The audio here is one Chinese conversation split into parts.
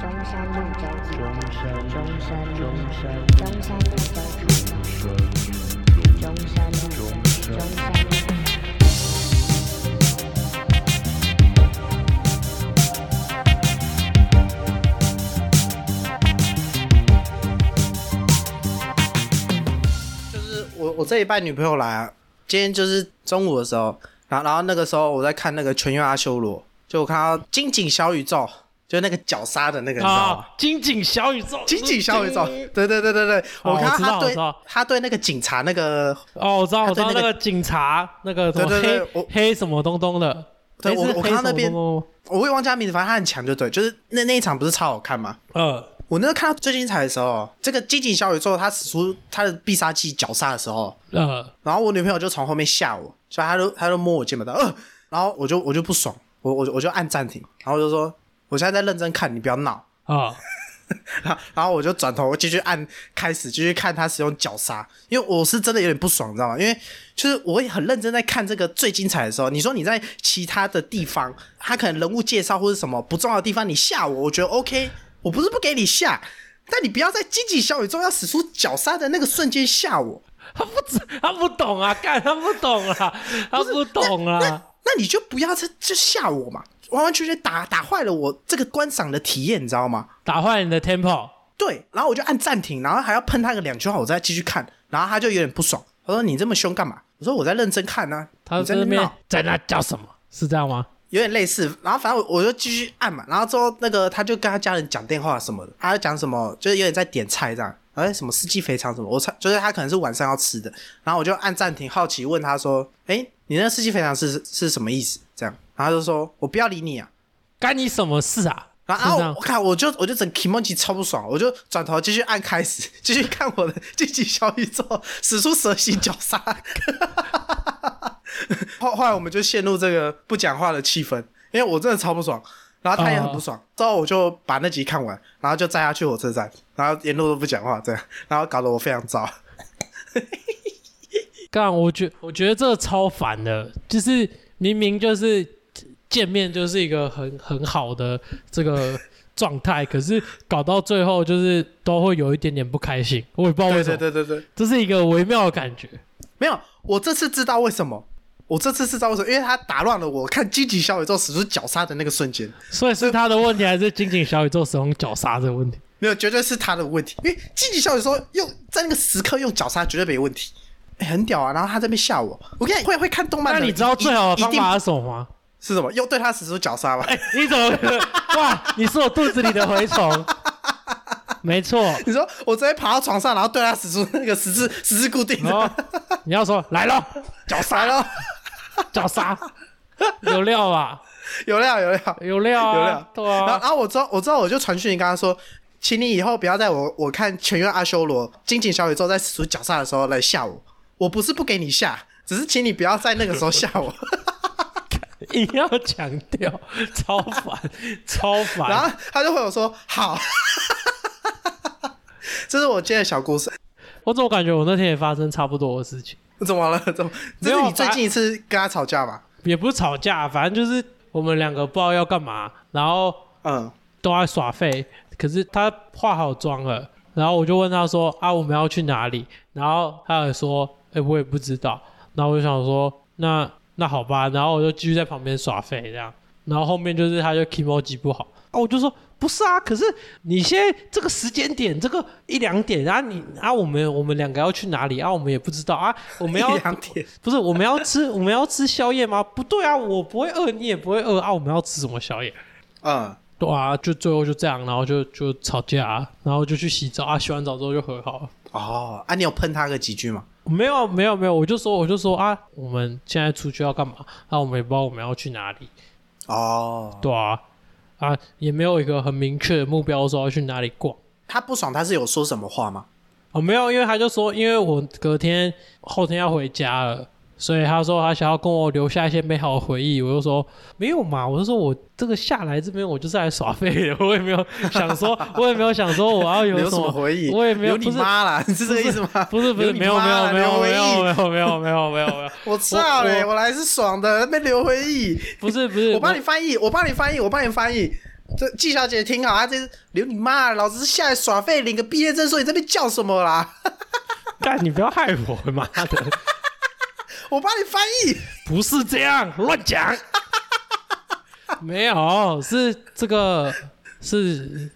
中山路中中山路中山路中山路中山路中中山路中山路。就是我我这一拜女朋友来、啊，今天就是中午的时候，然后然后那个时候我在看那个《全员阿修罗》，就我看到金井小宇宙，就是那个绞杀的那个，你知道吗？啊，金井小宇宙，金井小宇宙，对对对对对，哦我看到我知道他我对知道他对那个警察那个，哦，我知道，我知道他对那那个个警察，那个什么对对对黑我黑什么东东的，对诶我是我黑看到什么那边东东我也忘记他名字，反正他很强，就对，就是那那一场不是超好看吗？呃，我那个看到最精彩的时候，这个金井小宇宙他使出他的必杀技绞杀的时候，呃，然后我女朋友就从后面吓我，所以她就她就摸我肩膀，她呃，然后我就我就不爽，我我就我就按暂停，然后我就说我现在在认真看，你不要闹。 啊， 然后然后我就转头继续按开始，继续看她使用绞杀，因为我是真的有点不爽，你知道吗？因为就是我也很认真在看这个最精彩的时候，你说你在其他的地方，他可能人物介绍或者什么不重要的地方，你吓我，我觉得 OK，我不是不给你吓，但你不要在积极小宇宙要使出绞杀的那个瞬间吓我。他不知他不懂啊， 干他不懂啊，他不懂那啊，那你就不要再就吓我嘛，完完全全打打坏了我这个观赏的体验，你知道吗？打坏你的 tempo，对，然后我就按暂停，然后还要喷他个两句话，我再继续看，然后他就有点不爽，他说你这么凶干嘛？我说我在认真看呢、他你在这那边边闹在那叫什么？是这样吗？有点类似，然后反正我我就继续按嘛，然后之后那个他就跟他家人讲电话什么的，他就讲什么就是有点在点菜这样，哎什么四季肥肠什么，我猜就是他可能是晚上要吃的，然后我就按暂停，好奇问他说，哎你那四季肥肠是是什么意思？这样，然后他就说我不要理你啊，干你什么事啊？然是后然这后样我看我就我就整 k i m o j i 超不爽，我就转头继续按开始， 继续看我的这集小宇宙使出蛇形绞杀。 后后来我们就陷入这个不讲话的气氛，因为我真的超不爽，然后他也很不爽。啊之后我就把那集看完，然后就载他去火车站，然后沿路都不讲话，这样，然后搞得我非常糟。干，我觉我觉得这超烦的，就是明明就是见面就是一个很很好的这个状态，可是搞到最后就是都会有一点点不开心，我也不知道为对什么，对对对对，这是一个微妙的感觉。没有，我这次知道为什么。我这次知道为什么，因为他打乱了我看积极小宇宙使出绞杀的那个瞬间。所以是他的问题，还是仅仅小宇宙使用绞杀这个问题？没有，绝对是他的问题。因为积极笑的时候用在那个时刻用绞杀绝对没问题、哎很屌啊！然后他在那边吓我，我跟你讲会会看动漫那的，你知道最好的方一定法是什么吗？哎是什么？用对他使出绞杀 吧。你怎么可能？哇，你是我肚子里的蛔虫。没错，你说我直接爬到床上，然后对他使出那个十字十字固定然后的你要说来咯，绞杀了， 绞杀，有料吧？有料有料有料啊，有料。对然后 啊，然后我知道我知道我就传讯跟他说。请你以后不要在我我看《全员阿修罗》《金井小宇宙》在使出绞杀的时候来吓我。我不是不给你吓，只是请你不要在那个时候吓我。一定要强调，超烦，超然烦。后他就回我说好， 这是我今天的小故事。我怎么感觉我那天也发生差不多的事情？怎么了？怎么？这没有是你最反近一次跟他吵架吧？也不是吵架，反正就是我们两个不知道要干嘛，然后嗯，都在耍废，可是他化好妆了，然后我就问他说啊，我们要去哪里？然后他也说，哎、我也不知道。然后我就想说，那那好吧，然后我就继续在旁边耍废这样。然后后面就是他就 k i m o j i 不好啊，我就说不是啊，可是你现在这个时间点，这个一两点啊你，啊我们我们两个要去哪里啊？我们也不知道啊，我们 要一两点不是我们要吃我们要吃宵夜吗？不对啊，我不会饿，你也不会饿啊，我们要吃什么宵夜？嗯，对啊，就最后就这样，然后就就吵架、啊然后就去洗澡啊，洗完澡之后就和好了。哦，啊，你有喷他个几句吗？没有啊没有没有，我就说我就说啊，我们现在出去要干嘛？啊，我们也不知道我们要去哪里，哦，对啊，啊也没有一个很明确的目标说要去哪里逛。他不爽，他是有说什么话吗？哦，没有，因为他就说，因为我隔天后天要回家了，所以他说他想要跟我留下一些美好的回忆。我就说没有嘛，我就说我这个下来这边我就是来耍废的，我也没有想说，我也没有想说我要 有留什什么回忆？我也没有留不你是妈啦，你是这个意思吗？不是不是，留你没有妈没啦有没有没有留没回忆。有没有没有没有没 有，我操嘞！我我来是爽的，没留回忆。不是不是，我帮你翻译，我帮你翻译，我帮你翻译。这季小姐听好，她这是留你妈，老子是下来耍废，领个毕业证书，你这边叫什么啦？干，你不要害我，妈的！ 我帮你翻译。不是这样，乱讲。 没有，是这个，是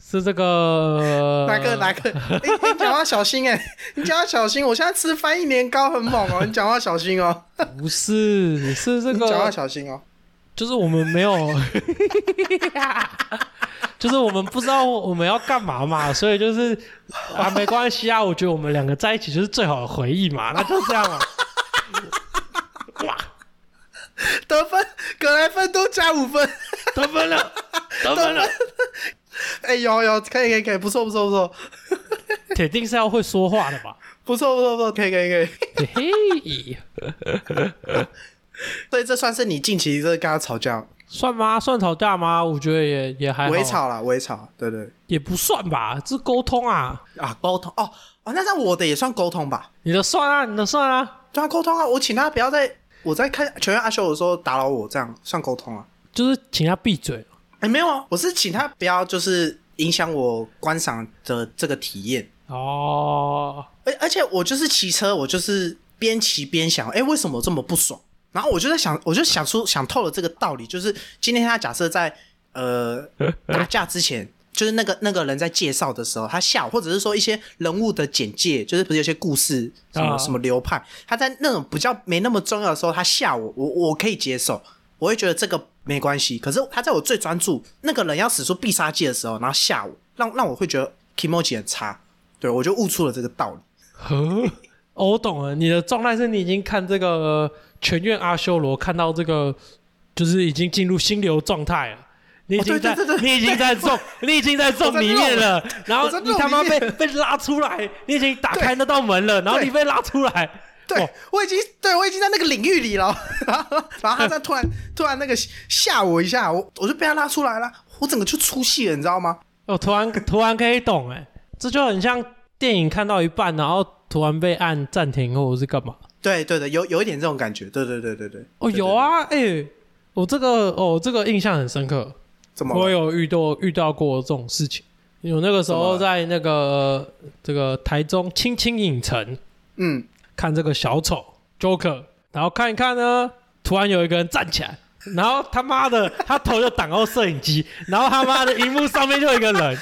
是这个哪个哪个？哎、你讲话小心哎、你讲话小心！我现在吃翻译年糕很猛哦、你讲话小心哦、不是，是这你讲话个，小心哦、就是我们没 有，就是我们不知道我们要干嘛嘛，所以就是啊，没关系啊，我觉得我们两个在一起就是最好的回忆 嘛，那就这样嘛。哇，得分，格莱芬多加五分。得分了，得分了，哎、有有，可以可以可以，不错不错不错，铁定是要会说话的吧？不错不错不错，可以可以可以。嘿嘿，所以这算是你近期这跟他吵架，算吗？算吵架吗？我觉得也也还好微吵啦，微吵，对对也不算吧，这沟通啊，啊，沟通哦哦，那让我的也算沟通吧，你的算啊，你的算啊，对啊，沟通啊，我请他不要再我在看全员阿修的时候打扰我，这样算沟通啊？就是请他闭嘴。哎、没有啊，我是请他不要就是影响我观赏的这个体验。哦，而而且我就是骑车，我就是边骑边想，哎、为什么我这么不爽？然后我就在想，我就想出想透了这个道理，就是今天他假设在呃打架之前，就是那个那个人在介绍的时候，他下午或者是说一些人物的简介，就是不是有些故事什么啊什么流派，他在那种比较没那么重要的时候，他下午我我可以接受，我会觉得这个没关系。可是他在我最专注那个人要使出必杀技的时候，然后下午让让我会觉得 k i m o j i 很差，对我就悟出了这个道理。呵哦我懂了，你的状态是你已经看这个全院阿修罗，看到这个就是已经进入心流状态了。你已经哦对在，对对对你已经 在中，你已经在我中在里面了，然后我在你他妈弄里被面被拉出来，你已经打开那道门了，然后对你被拉出来， 对、哦我已经对我已经在那个领域里了， 然后然后他在突然突然那个吓我一下，我我就被他拉出来了，我整个就出戏了，你知道吗？我突然突然可以懂哎、这就很像电影看到一半，然后突然被按暂停或者是干嘛。对对对，有有一点这种感觉，对对对对对。哦，对对有啊，哎、我这个哦，这个印象很深刻，怎么我了？有遇到遇到过这种事情。有那个时怎么候了在那个这个台中青青影城嗯，看这个小丑 Joker，然后看一看呢，突然有一个人站起来，然后他妈的他头就挡到摄影机，然后他妈的荧幕上面就有一个人，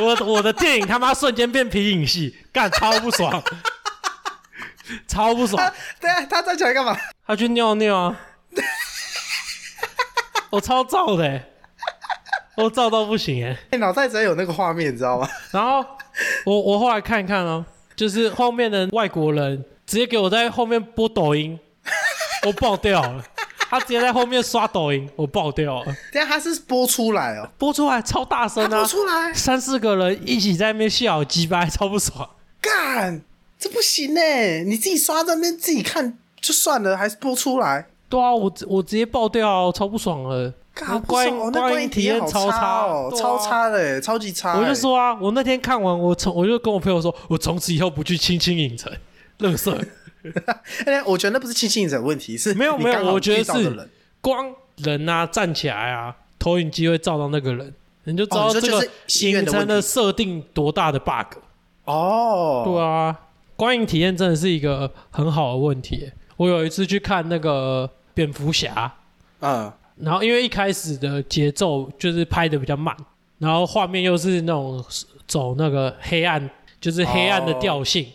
我我的电影他妈瞬间变皮影戏，干超不爽，超不爽他，对啊，他站起来干嘛？ 他去尿尿啊，我超燥的、欸，我燥到不行哎、哎，脑袋只要有那个画面，你知道吗？然后我我后来看一看哦，就是后面的外国人直接给我在后面播抖音，我爆掉了。他直接在后面刷抖音，我爆掉了。等一下他是播出来哦，播出来超大声他啊播！出来，三四个人一起在那边笑，鸡巴超不爽。干，这不行哎，你自己刷这边自己看就算了，还是播出来。对啊，我直我直接爆掉啊，我超不爽了。干，不观爽哦，那观观影影体验好超差哦，对啊超差的欸，超级差欸。我就说啊，我那天看完，我从我就跟我朋友说，我从此以后不去青青影城，乐色。哎，我觉得那不是亲近者问题，是没有你没有刚好我觉得遇到的是啊人光人啊站起来啊，投影机会照到那个人，你就知道哦你说这就个是戏院影的城的问设定多大的 bug。哦，对啊，观影体验真的是一个很好的问题耶。我有一次去看那个蝙蝠侠，嗯，然后因为一开始的节奏就是拍的比较慢，然后画面又是那种走那个黑暗，就是黑暗的哦调性，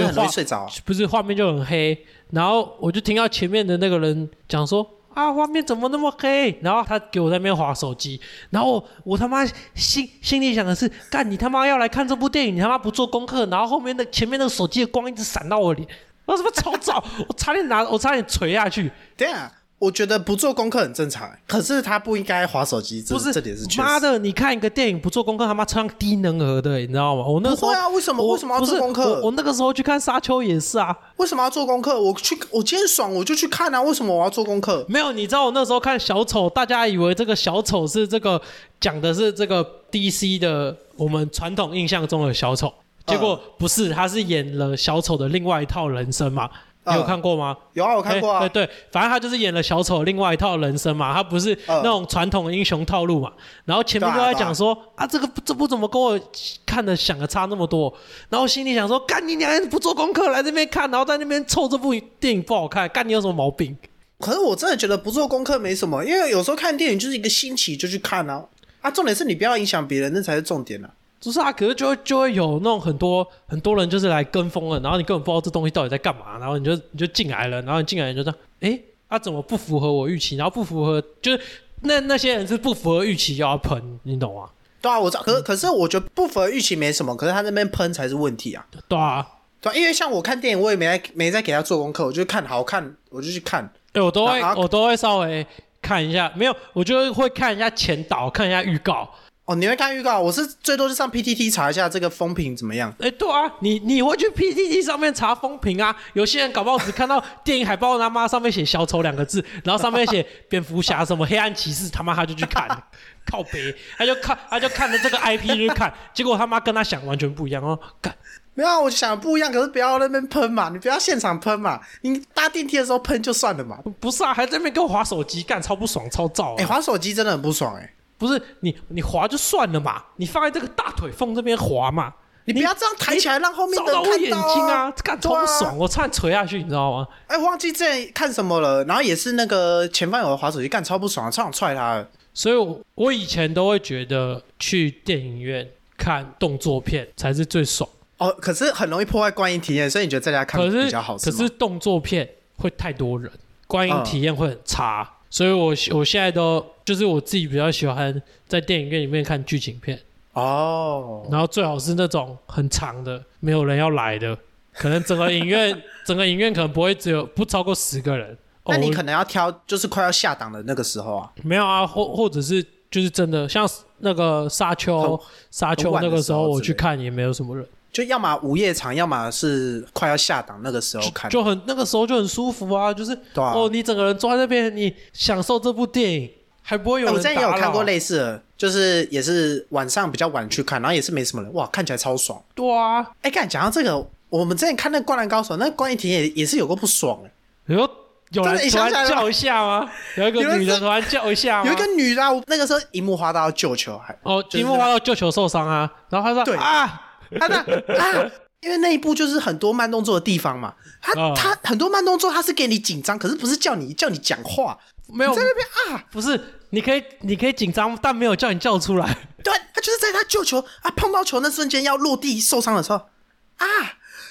所以以很容画易睡着啊。不是画面就很黑，然后我就听到前面的那个人讲说啊，画面怎么那么黑？然后他给我在那边划手机，然后我我他妈心心里想的是，干你他妈要来看这部电影，你他妈不做功课，然后后面的前面那个手机的光一直闪到我脸，我他妈超早，我差点拿我差点垂下去，对啊，我觉得不做功课很正常欸，可是他不应该划手机，这不是这点是确妈实。的，你看一个电影不做功课，他妈超像低能儿的、你知道吗？我那个时候不会啊为什么我为什么要不是做功课我我那个时候去看沙丘也是啊，为什么要做功课？我去，我今天爽我就去看啊，为什么我要做功课？没有，你知道我那时候看小丑，大家以为这个小丑是这个讲的是这个 DC 的我们传嗯统印象中的小丑，结果不是，他是演了小丑的另外一套人生嘛。你有嗯看过吗？有啊，我看过啊哎，对对，反正他就是演了小丑另外一套人生嘛，他不是嗯那种传统的英雄套路嘛。然后前面对啊都在讲说啊，这个这部怎么跟我看的想的差那么多？然后心里想说，干你娘不做功课来这边看，然后在那边凑这部电影不好看，干你有什么毛病？可是我真的觉得不做功课没什么，因为有时候看电影就是一个新奇就去看啊。啊，重点是你不要影响别人，那才是重点啊。就是啊，可是就会就会有那种很多很多人就是来跟风了，然后你根本不知道这东西到底在干嘛，然后你就你就进来了，然后你进来你就这样，诶，啊怎么不符合我预期？然后不符合就是那那些人是不符合预期要喷，你懂吗？对啊，我知道，可是可是我觉得不符合预期没什么，可是他那边喷才是问题啊。对啊，对啊因为像我看电影，我也没在没在给他做功课，我就看好看，我就去看。对我都会那啊我都会稍微看一下，没有，我就会看一下前导，看一下预告。哦，你会看预告？我是最多就上 PTT 查一下这个风评怎么样。哎，对啊，你你会去 PTT 上面查风评啊？有些人搞不好只看到电影海报，他妈上面写“小丑”两个字，然后上面写蝙蝠侠什么黑暗骑士，他妈他就去看， 靠北，他就看他就看着这个 IP 就去看，结果他妈跟他想完全不一样哦，干没有啊，我想不一样，可是不要那边喷嘛，你不要现场喷嘛，你搭电梯的时候喷就算了嘛。不是啊，还在那边跟我划手机，干超不爽，超燥、啊。哎、滑手机真的很不爽哎、不是你你划就算了嘛，你放在这个大腿缝这边划嘛，你不要这样抬起来让后面照的人看到到我眼睛啊啊，，干对超啊不爽，我差点垂下去，你知道吗？哎、忘记之前看什么了，然后也是那个前方有人滑手机，干超不爽，超想踹他的。所以我，我以前都会觉得去电影院看动作片才是最爽，哦，可是很容易破坏观影体验，所以你觉得在家看可是比较好可吗嗯是动作片会太多人，观影体验会很差。所以我喜我现在都就是我自己比较喜欢在电影院里面看剧情片，哦，然后最好是那种很长的，没有人要来的，可能整个 影院整个影院可能不会只有不超过十个人。那你哦可能要挑就是快要下档的那个时候啊。没有啊，或或者是就是真的像那个沙丘，沙丘那个时候我去看也没有什么人，就要么午夜场，要么是快要下档那个时候看，就很那个时候就很舒服啊，就是、对啊。哦，你整个人坐在那边，你享受这部电影，还不会有哎人、我啊之前也有看过，类似的，就是也是晚上比较晚去看，然后也是没什么人，哇，看起来超爽。对啊，哎、干讲到这个，我们之前看那《灌篮高手》，那观影体验也也是有个不爽、欸你说有人真的你突想然起来了叫一 下吗？有一有个人女的是突然叫一下吗？有一个女的啊、我那个时候樱木花道要救球，还哦，就是樱木花道救球受伤啊，然后他说对啊，他那啊，因为那一部就是很多慢动作的地方嘛，他哦他很多慢动作，他是给你紧张，可是不是叫你叫你讲话，没有你在，那边啊，不是，你可以你可以紧张，但没有叫你叫出来。 对，啊他就是在他救球啊碰到球那瞬间要落地受伤的时候啊，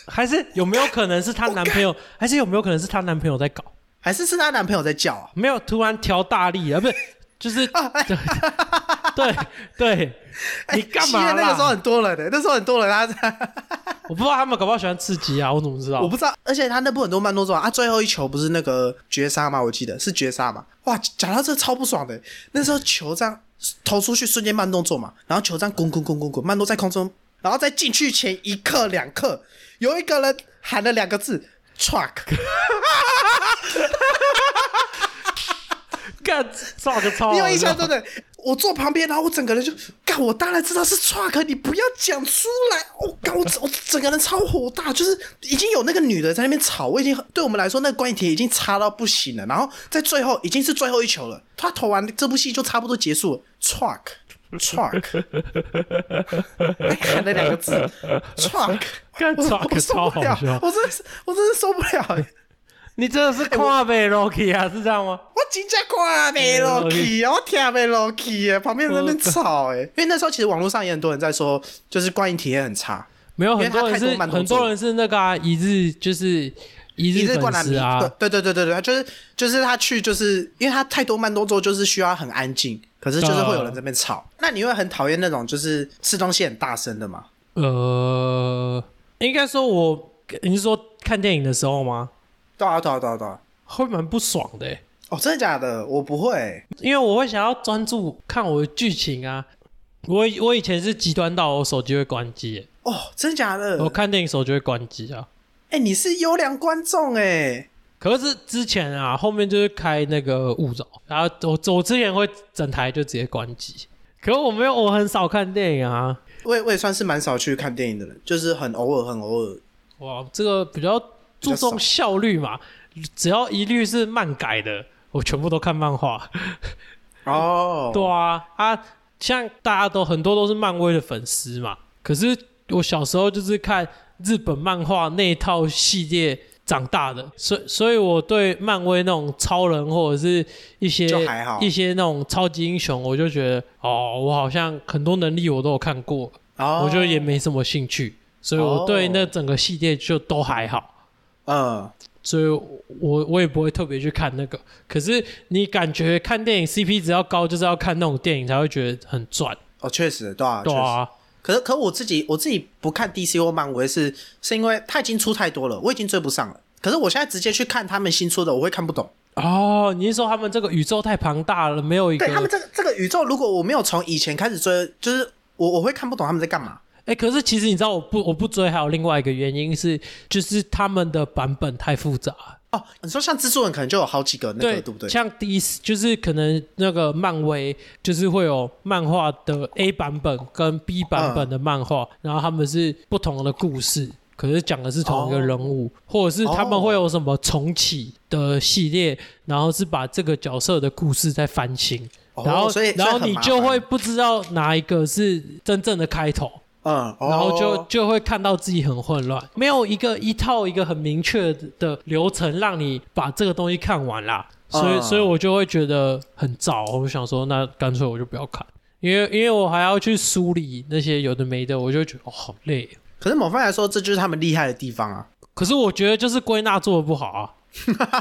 还是有没有可能是她男 朋友？还是有没有可能是她男朋友在搞？还是是她男朋友在叫啊，没有，突然调大力啊，不是， 就是 对对对，你干嘛哎哎西元那个时候啦？很多人的、那时候很多人啊他在， 我不知道他们搞不好喜欢刺激啊，我怎么知我道？不知道，而且他那部很多慢动作啊，啊最后一球不是那个绝杀吗？我记得是绝杀嘛，哇，讲到这超不爽的、欸那时候球这样投出去瞬间慢动作嘛，然后球这样滚滚滚滚滚慢动在空中，然后在进去前一刻两刻，有一个人喊了两个字 truck，干造 个超好笑，你有印象对不对？我坐旁边，然后我整个人就，干，我当然知道是 truck，你不要讲出来，我、干，我我整个人超火大，就是已经有那个女的在那边吵，我已经对我们来说，那个观影体已经差到不行了，然后在最后已经是最后一球了，他投完这部戏就差不多结束了，truck。truck，喊了两个字，truck， 干我我受 truck 不了超好笑，我真的是我真的受不了、欸你真的是跨北 Rocky 啊，是这样吗？我真正看袂落去，我听袂落去耶，旁边人在那边吵哎， 因为那时候其实网络上也很多人在说，就是观影体验很差。没有，因为很多人他太是多慢动很作多人是那个啊，一日就是一一日日灌粉篮 丝啊，对对对对对，就是就是他去就是因为他太多慢动作，就是需要很安静，可是就是会有人在那边吵。那你会很讨厌那种就是吃东西很大声的吗？呃，应该说我，你是说看电影的时候吗？对啊对啊对啊对啊！会蛮不爽的、欸，哦，真的假的？我不会欸，因为我会想要专注看我的剧情啊。我以我以前是极端到我手机会关机欸、哦，真的假的我？看电影手机会关机啊。哎，你是优良观众哎，可是之前啊，后面就是开那个勿扰，然后我我之前会整台就直接关机。可是我没有，我很少看电影啊。我也我也算是蛮少去看电影的人，就是很偶尔很偶尔。哇，这个比较比较注少重效率嘛，只要一律是漫改的，我全部都看漫画。哦，对啊，啊，像大家都很多都是漫威的粉丝嘛，可是我小时候就是看日本漫画那一套系列长大的，所以所以我对漫威那种超人或者是一些就还好一些那种超级英雄，我就觉得哦，我好像很多能力我都有看过，哦，我就也没什么兴趣，所以我对哦那整个系列就都还好。嗯，所以我我也不会特别去看那个。可是你感觉看电影 CP 值要高，就是要看那种电影才会觉得很赚，哦，确实，对啊，对确实啊，可是，可我自己我自己不看 DC 或漫威是是因为它已经出太多了，我已经追不上了。可是我现在直接去看他们新出的，我会看不懂。哦，你是说他们这个宇宙太庞大了，没有一个对？他们这个这个宇宙，如果我没有从以前开始追，就是我我会看不懂他们在干嘛。哎、可是其实你知道，我不我不追，还有另外一个原因是，就是他们的版本太复杂。哦，你说像蜘蛛人可能就有好几个那个，对不对？像第一就是可能那个漫威就是会有漫画的 A 版本跟 B 版本的漫画，嗯然后他们是不同的故事，可是讲的是同一个人物，哦或者是他们会有什么重启的系列，然后是把这个角色的故事再翻新，哦然后所以然所以后很你麻就烦会不知道哪一个是真正的开头。嗯，然后就哦就会看到自己很混乱，没有一个一套一个很明确的流程让你把这个东西看完啦，所以、嗯所以我就会觉得很燥，我想说那干脆我就不要看，因为因为我还要去梳理那些有的没的，我就觉得哦好累。可是某方面来说，这就是他们厉害的地方啊。可是我觉得就是归纳做的不好 啊，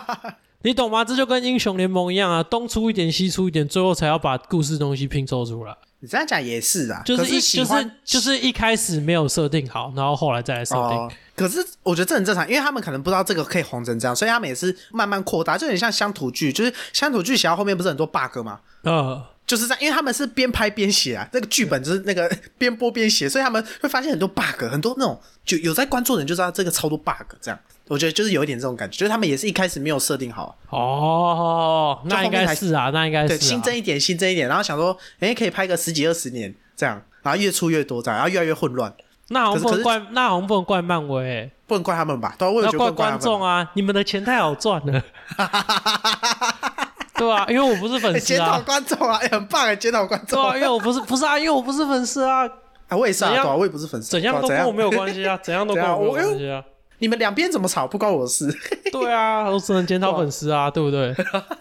你懂吗？这就跟英雄联盟一样啊，东出一点西出一点，最后才要把故事东西拼凑出来，你这样讲也是啊，就可是是一喜就是欢就是一开始没有设定好，然后后来再来设定。哦，可是我觉得这很正常，因为他们可能不知道这个可以红成这样，所以他们也是慢慢扩大，就有点像乡土剧，就是乡土剧写到后面不是很多 bug 吗？呃，就是在，因为他们是边拍边写啊，那个剧本就是那个边播边写，所以他们会发现很多 bug，很多那种就有在关注的人就知道这个超多 bug，这样我觉得就是有一点这种感觉，就是他们也是一开始没有设定好，哦，那应该是啊，那应该是、对，啊、新增一点，新增一点，然后想说，哎，可以拍个十几二十年这样，然后越出越多这样，然后越来越混乱，那好像不可能是怪，那好像不能怪漫威、欸，不能怪他们吧？对啊，我也要觉得不怪能怪他们观众啊！你们的钱太好赚 了，对啊，因为我不是哎粉丝检讨啊，观众啊，哎很棒哎，检讨观对众啊，因为我不是不是啊，因为我不是粉丝啊，啊，我也是啊，怎对样啊，我也不是粉丝，怎样都对啊跟我没有 关系啊，怎样都跟我没有关系啊，你们两边怎么吵不关我的事， 对哎啊，我只能检讨粉丝啊，对不对？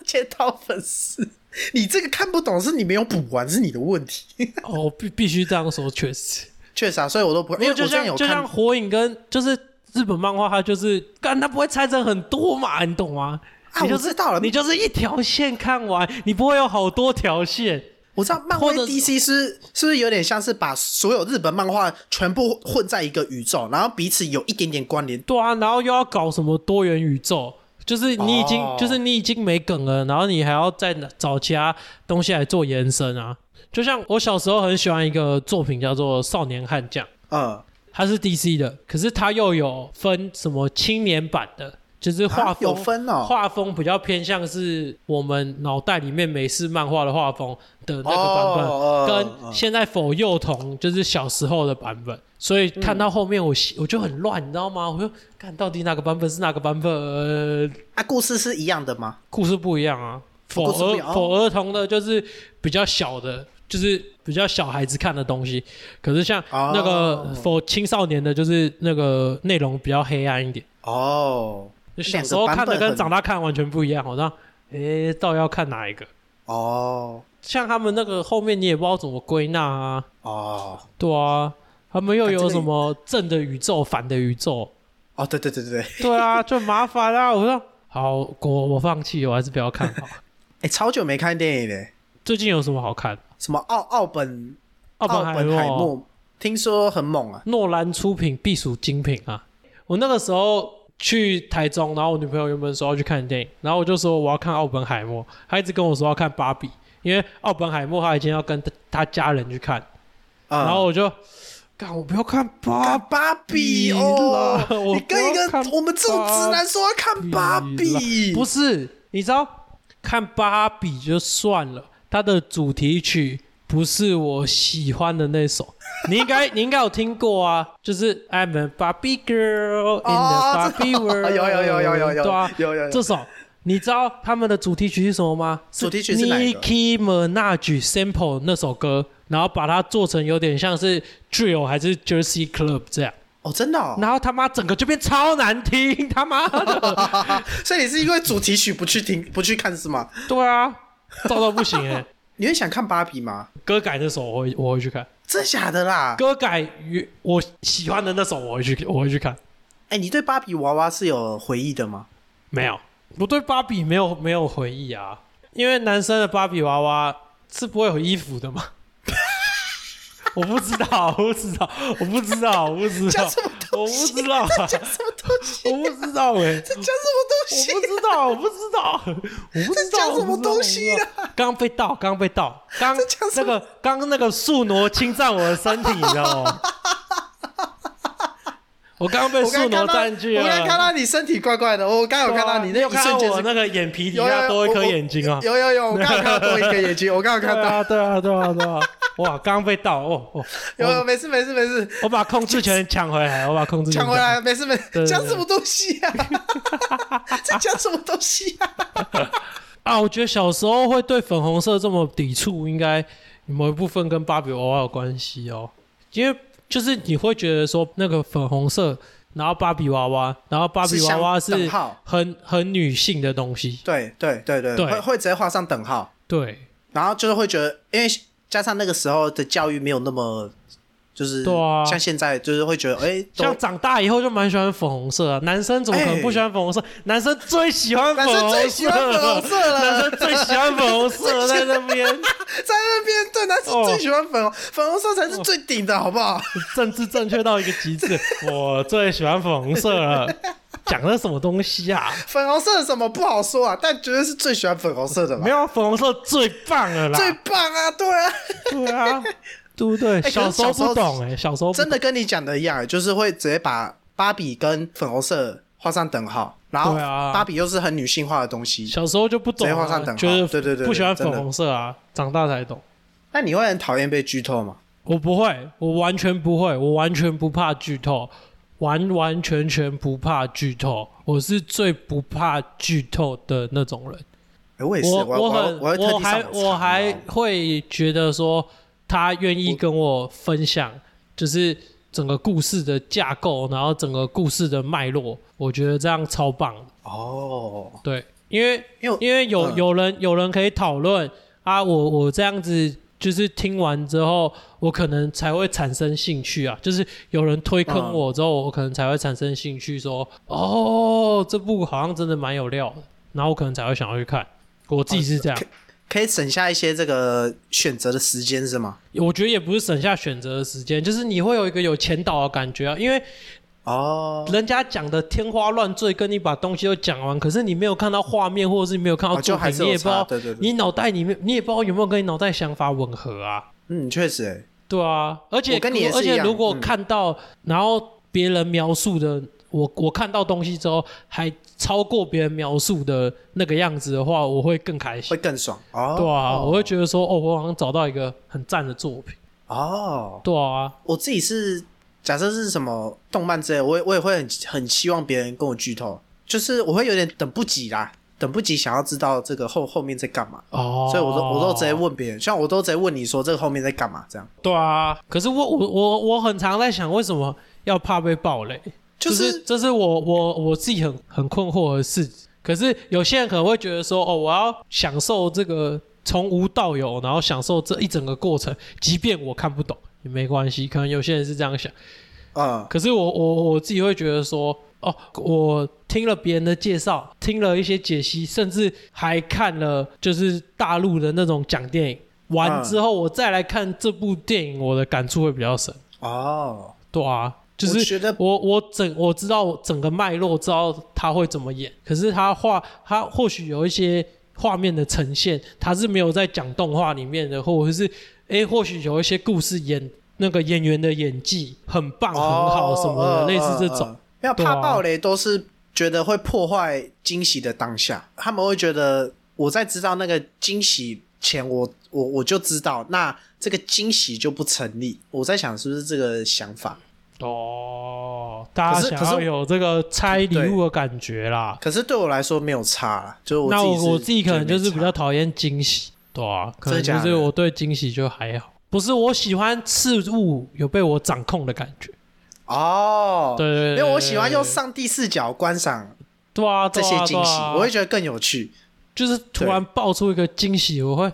检讨粉丝。你这个看不懂是你没有补完，是你的问题。 哦，必必须这样说，确实，确实啊，所以我都不，因为我就之前像有就像看，火影跟就是日本漫画，它就是干，它不会拆成很多嘛，你懂吗？啊你就我知道了你就是一条线看完，你不会有好多条线。我知道漫或威者 DC 是是不是有点像是把所有日本漫画全部混在一个宇宙，然后彼此有一点点关联。对啊，然后又要搞什么多元宇宙，就是你已经、哦就是你已经没梗了，然后你还要再找其他东西来做延伸啊。就像我小时候很喜欢一个作品叫做《少年悍将》，嗯，它是 DC 的，可是它又有分什么青年版的，就是画啊风、有分哦，画风比较偏向是我们脑袋里面美式漫画的画风的那个版本，哦跟现在否幼童就是小时候的版本，所以看到后面我喜我就很乱，你知道吗？我就看到底哪个版本是哪个版本，呃啊，故事是一样的吗？故事不一样啊。否故事不儿一样哦否儿童的就是比较小的，就是比较小孩子看的东西，可是像哦那个否青少年的，就是那个内容比较黑暗一点。哦就小时候看的跟长大看完全不一样，好像诶，到底要看哪一个？哦像他们那个后面你也不知道怎么归纳啊，哦对啊，他们又有什么正的宇宙、反的宇宙，哦，对对对对对，哎、对啊，就麻烦啦、我说好，我我放弃，我还是不要看好。哎超久没看电影嘞，最近有什么好看？什么奥奥本奥本海本海默，默，听说很猛啊。诺兰出品必属精品啊！我那个时候去台中，然后我女朋友原本说要去看电影，然后我就说我要看奥本海默，她一直跟我说要看芭比，因为奥本海默她已经要跟她她家人去看，嗯、然后我就，干我不要看芭啊，比，芭比哦，啦我你跟一不要看个我们这种直男说要看芭比，嗯不是，你知道看芭比就算了，它的主题曲不是我喜欢的那首，你应该 你应该有听过啊，就是 I'm a Barbie girl in the 哦这 Barbie world， 有有有有有有对啊，有有有这首。你知道他们的主题曲是什么吗？主题曲是哪一个 Nicki Minaj sample 那首歌，然后把它做成有点像是 drill 还是 Jersey Club 这样，哦，真的、哦。然后他妈整个就变超难听，他妈的， 所以你是因为主题曲不去听不去看是吗？对啊，糟到不行哎、你会想看芭比吗？ 歌改那首我会我会去看，真假的啦？歌改与我喜欢的那首我会去我会去看，哎、你对芭比娃娃是有回忆的吗？没有，我对芭比没有没有回忆啊，因为男生的芭比娃娃是不会有衣服的嘛。 我不知道，我不知道，我不知道，我不知道讲什么，我东不西知道，什么东西？我不知道哎、这讲什我么不东西？知道，我不知道，我不知这道讲什么东西啊？我不知道我不知道刚刚被盗，刚刚被盗，刚这讲什那么个刚刚那个树挪侵占我的身体，你知道吗？我刚刚被我树刚挪刚看到，占据了。我刚刚看到你身体怪怪的，我刚刚有看到你那一对啊有看瞬到间我是那个眼皮底有有下有多一颗我眼睛啊！有有有，我刚刚有看到多一个眼睛，我刚刚有看对到，啊，对啊，对啊，对啊！哇，刚刚被盗哦哦！有我有没事没事没事，我把控制权抢回来，我把控制权抢回。来没事没对事，对讲什么东西 呀、啊？在讲什么东西呀、啊？啊，我觉得小时候会对粉红色这么抵触，应该某一部分跟芭比娃娃有关系哦，因为就是你会觉得说那个粉红色，然后芭比娃娃，然后芭比娃娃是是相等号很很女性的东西，对对对对，对会会直接画上等号，对然后就是会觉得，因为加上那个时候的教育没有那么。就是对啊像现在就是会觉得，哎、都像长大以后就蛮喜欢粉红色啊，男生怎么可能不喜欢粉红色？男生最喜欢粉红色，男生最喜欢粉红色了男生最喜欢粉红 色，在那边在那边对男生最喜欢粉红，粉红色才是最顶的，好不 好？政治正确到一个极致。我最喜欢粉红色了，讲的什么东西啊？粉红色什么不好说啊，但绝对是最喜欢粉红色的嘛没，有啊粉红色最棒了啦，最棒啊！对啊，对 啊，对不对？可是小时候小时不候懂哎、小时候不真的跟你讲的一样，就是会直接把芭比跟粉红色画上等号，然后对啊芭比又是很女性化的东西。小时候就不懂、直接画上啊等，号就是对对对对不喜欢粉真的红色啊，长大才懂。那你会很讨厌被剧透吗？我不会，我完全不会，我完全不怕剧透，完完全全不怕剧透。我是最不怕剧透的那种人。哎我也是，我我我很我会特地上还网查我还你知道吗会觉得说，他愿意跟我分享，就是整个故事的架构，然后整个故事的脉络，我觉得这样超棒的。哦，对，因为因为因为有、嗯有人有人可以讨论啊，我我这样子就是听完之后，我可能才会产生兴趣啊。就是有人推坑嗯我之后，我可能才会产生兴趣说，哦，这部好像真的蛮有料的，然后我可能才会想要去看。我自己是这样，可以省下一些这个选择的时间是吗？我觉得也不是省下选择的时间，就是你会有一个有前导的感觉啊，因为哦，人家讲的天花乱坠，跟你把东西都讲完，可是你没有看到画面，或者是你没有看到哦作就还品，是你有也不知差，道对对对，你脑袋里面，你也不知道有没有跟你脑袋想法吻合啊？嗯，确实、欸，对啊，而且我跟你也而是一样且如果嗯看到、然后别人描述的，我我看到东西之后还超过别人描述的那个样子的话，我会更开会心。更爽哦。对啊，哦我会觉得说，哦，我好像找到一个很赞的作品。哦，对啊，我自己是假设是什么动漫之类，我也我也会很很希望别人跟我剧透，就是我会有点等不及啦，等不及想要知道这个后后面在干嘛，哦，所以我都我都直接问别人，像我都直接问你说这个后面在干嘛，这样对啊，可是我我我我很常在想，为什么要怕被暴雷？就、就是这是我我我自己很很困惑的事。可是有些人可能会觉得说，哦，我要享受这个从无到有，然后享受这一整个过程，即便我看不懂也没关系。可能有些人是这样想，嗯，可是我我我自己会觉得说，哦，我听了别人的介绍，听了一些解析，甚至还看了就是大陆的那种讲电影，完嗯之后我再来看这部电影，我的感触会比较深。哦，对啊，就我是觉得我我整我知道整个脉络，知道他会怎么演，可是他画他或许有一些画面的呈现，他是没有在讲动画里面的，或者是诶，或许有一些故事演那个演员的演技很棒、很好什么的，哦类似这，嗯嗯种嗯。没有对啊怕暴雷都是觉得会破坏惊喜的当下，他们会觉得我在知道那个惊喜前，我我我就知道，那这个惊喜就不成立。我在想是不是这个想法？哦，嗯大家可是想可是要我有这个拆礼物的感觉啦。可是对我来说没有差啦，就是那我自己我我自己可能就是比较讨讨厌惊喜，对啊，可能真的就假是的我对惊喜就还好，不是我喜欢事物有被我掌控的感觉。哦，对对因对，为我喜欢用对上帝视角观赏对啊这对啊些惊喜对，啊我会觉得更有趣。就是突然爆出一个惊喜，我会，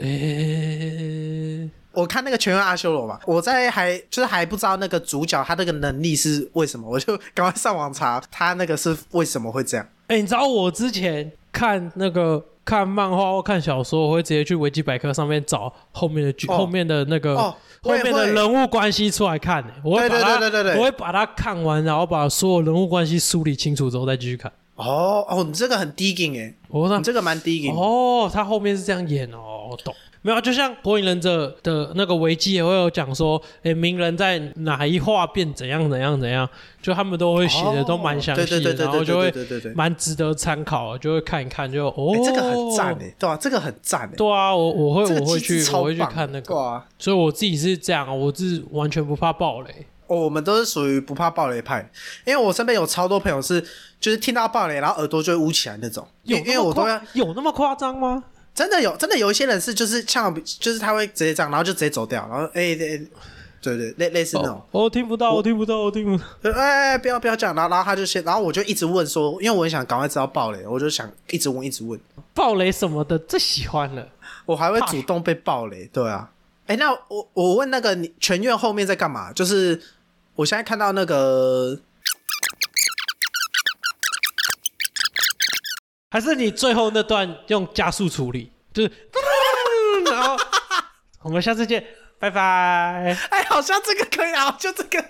诶、我看那个《全员阿修罗》嘛，我在还就是还不知道那个主角他那个能力是为什么，我就赶快上网查他那个是为什么会这样。诶，你知道我之前看那个看漫画或看小说，我会直接去维基百科上面找后面的剧、哦后面的那个、哦后会面的会人物关系出来看、欸。我会把对它，对对对对对我会把它看完，然后把所有人物关系梳理清楚之后再继续看。哦哦，你这个很 digging 哎、我说你这个蛮 digging 的。哦，他后面是这样演哦，我懂。没有，就像《火影忍者》的那个维基也会有讲说，诶，鸣人在哪一话变怎样怎样怎样，就他们都会写的哦都蛮详细的，对对对对然后就会对对对对对蛮值得参考的，就会看一看就哦、哎、这个很赞哎、对啊？这个很赞哎、对啊，我我会这个我会机去制超我棒会去看对那个，啊。所以我自己是这样，我是完全不怕暴雷。哦，我们都是属于不怕暴雷派，因为我身边有超多朋友是，就是听到暴雷，然后耳朵就会捂起来那种。因为有因为那么我都夸要有那么夸张吗？真的有真的有一些人是就是像就是他会直接这样，然后就直接走掉，然后哎、哎哎对对类类似那种哦，，我听不到，我听不到，我听不到。就哎、不要不要这样，然后然后他就先，然后我就一直问说，因为我很想赶快知道暴雷，我就想一直问一直问，暴雷什么的最喜欢了。我还会主动被暴雷，对啊。哎、那我我问那个你全院后面在干嘛？就是我现在看到那个还是你最后那段用加速处理，就是，然后我们下次见，拜拜。哎，好像这个可以啊，就这个，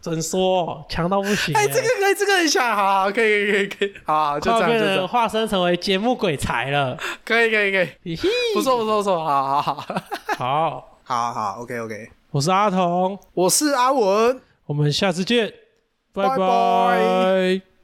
准说强到不行、欸哎，这个可以，这个很像，好，好可以，可以，可以，好，好就快这样，要就变这成样，化身成为节目鬼才了。可以，可以，可以，嘿嘿不错，不错，不错，好好 好，好，好好，OK，OK，、我是阿童，我是阿文。我们下次见，拜拜拜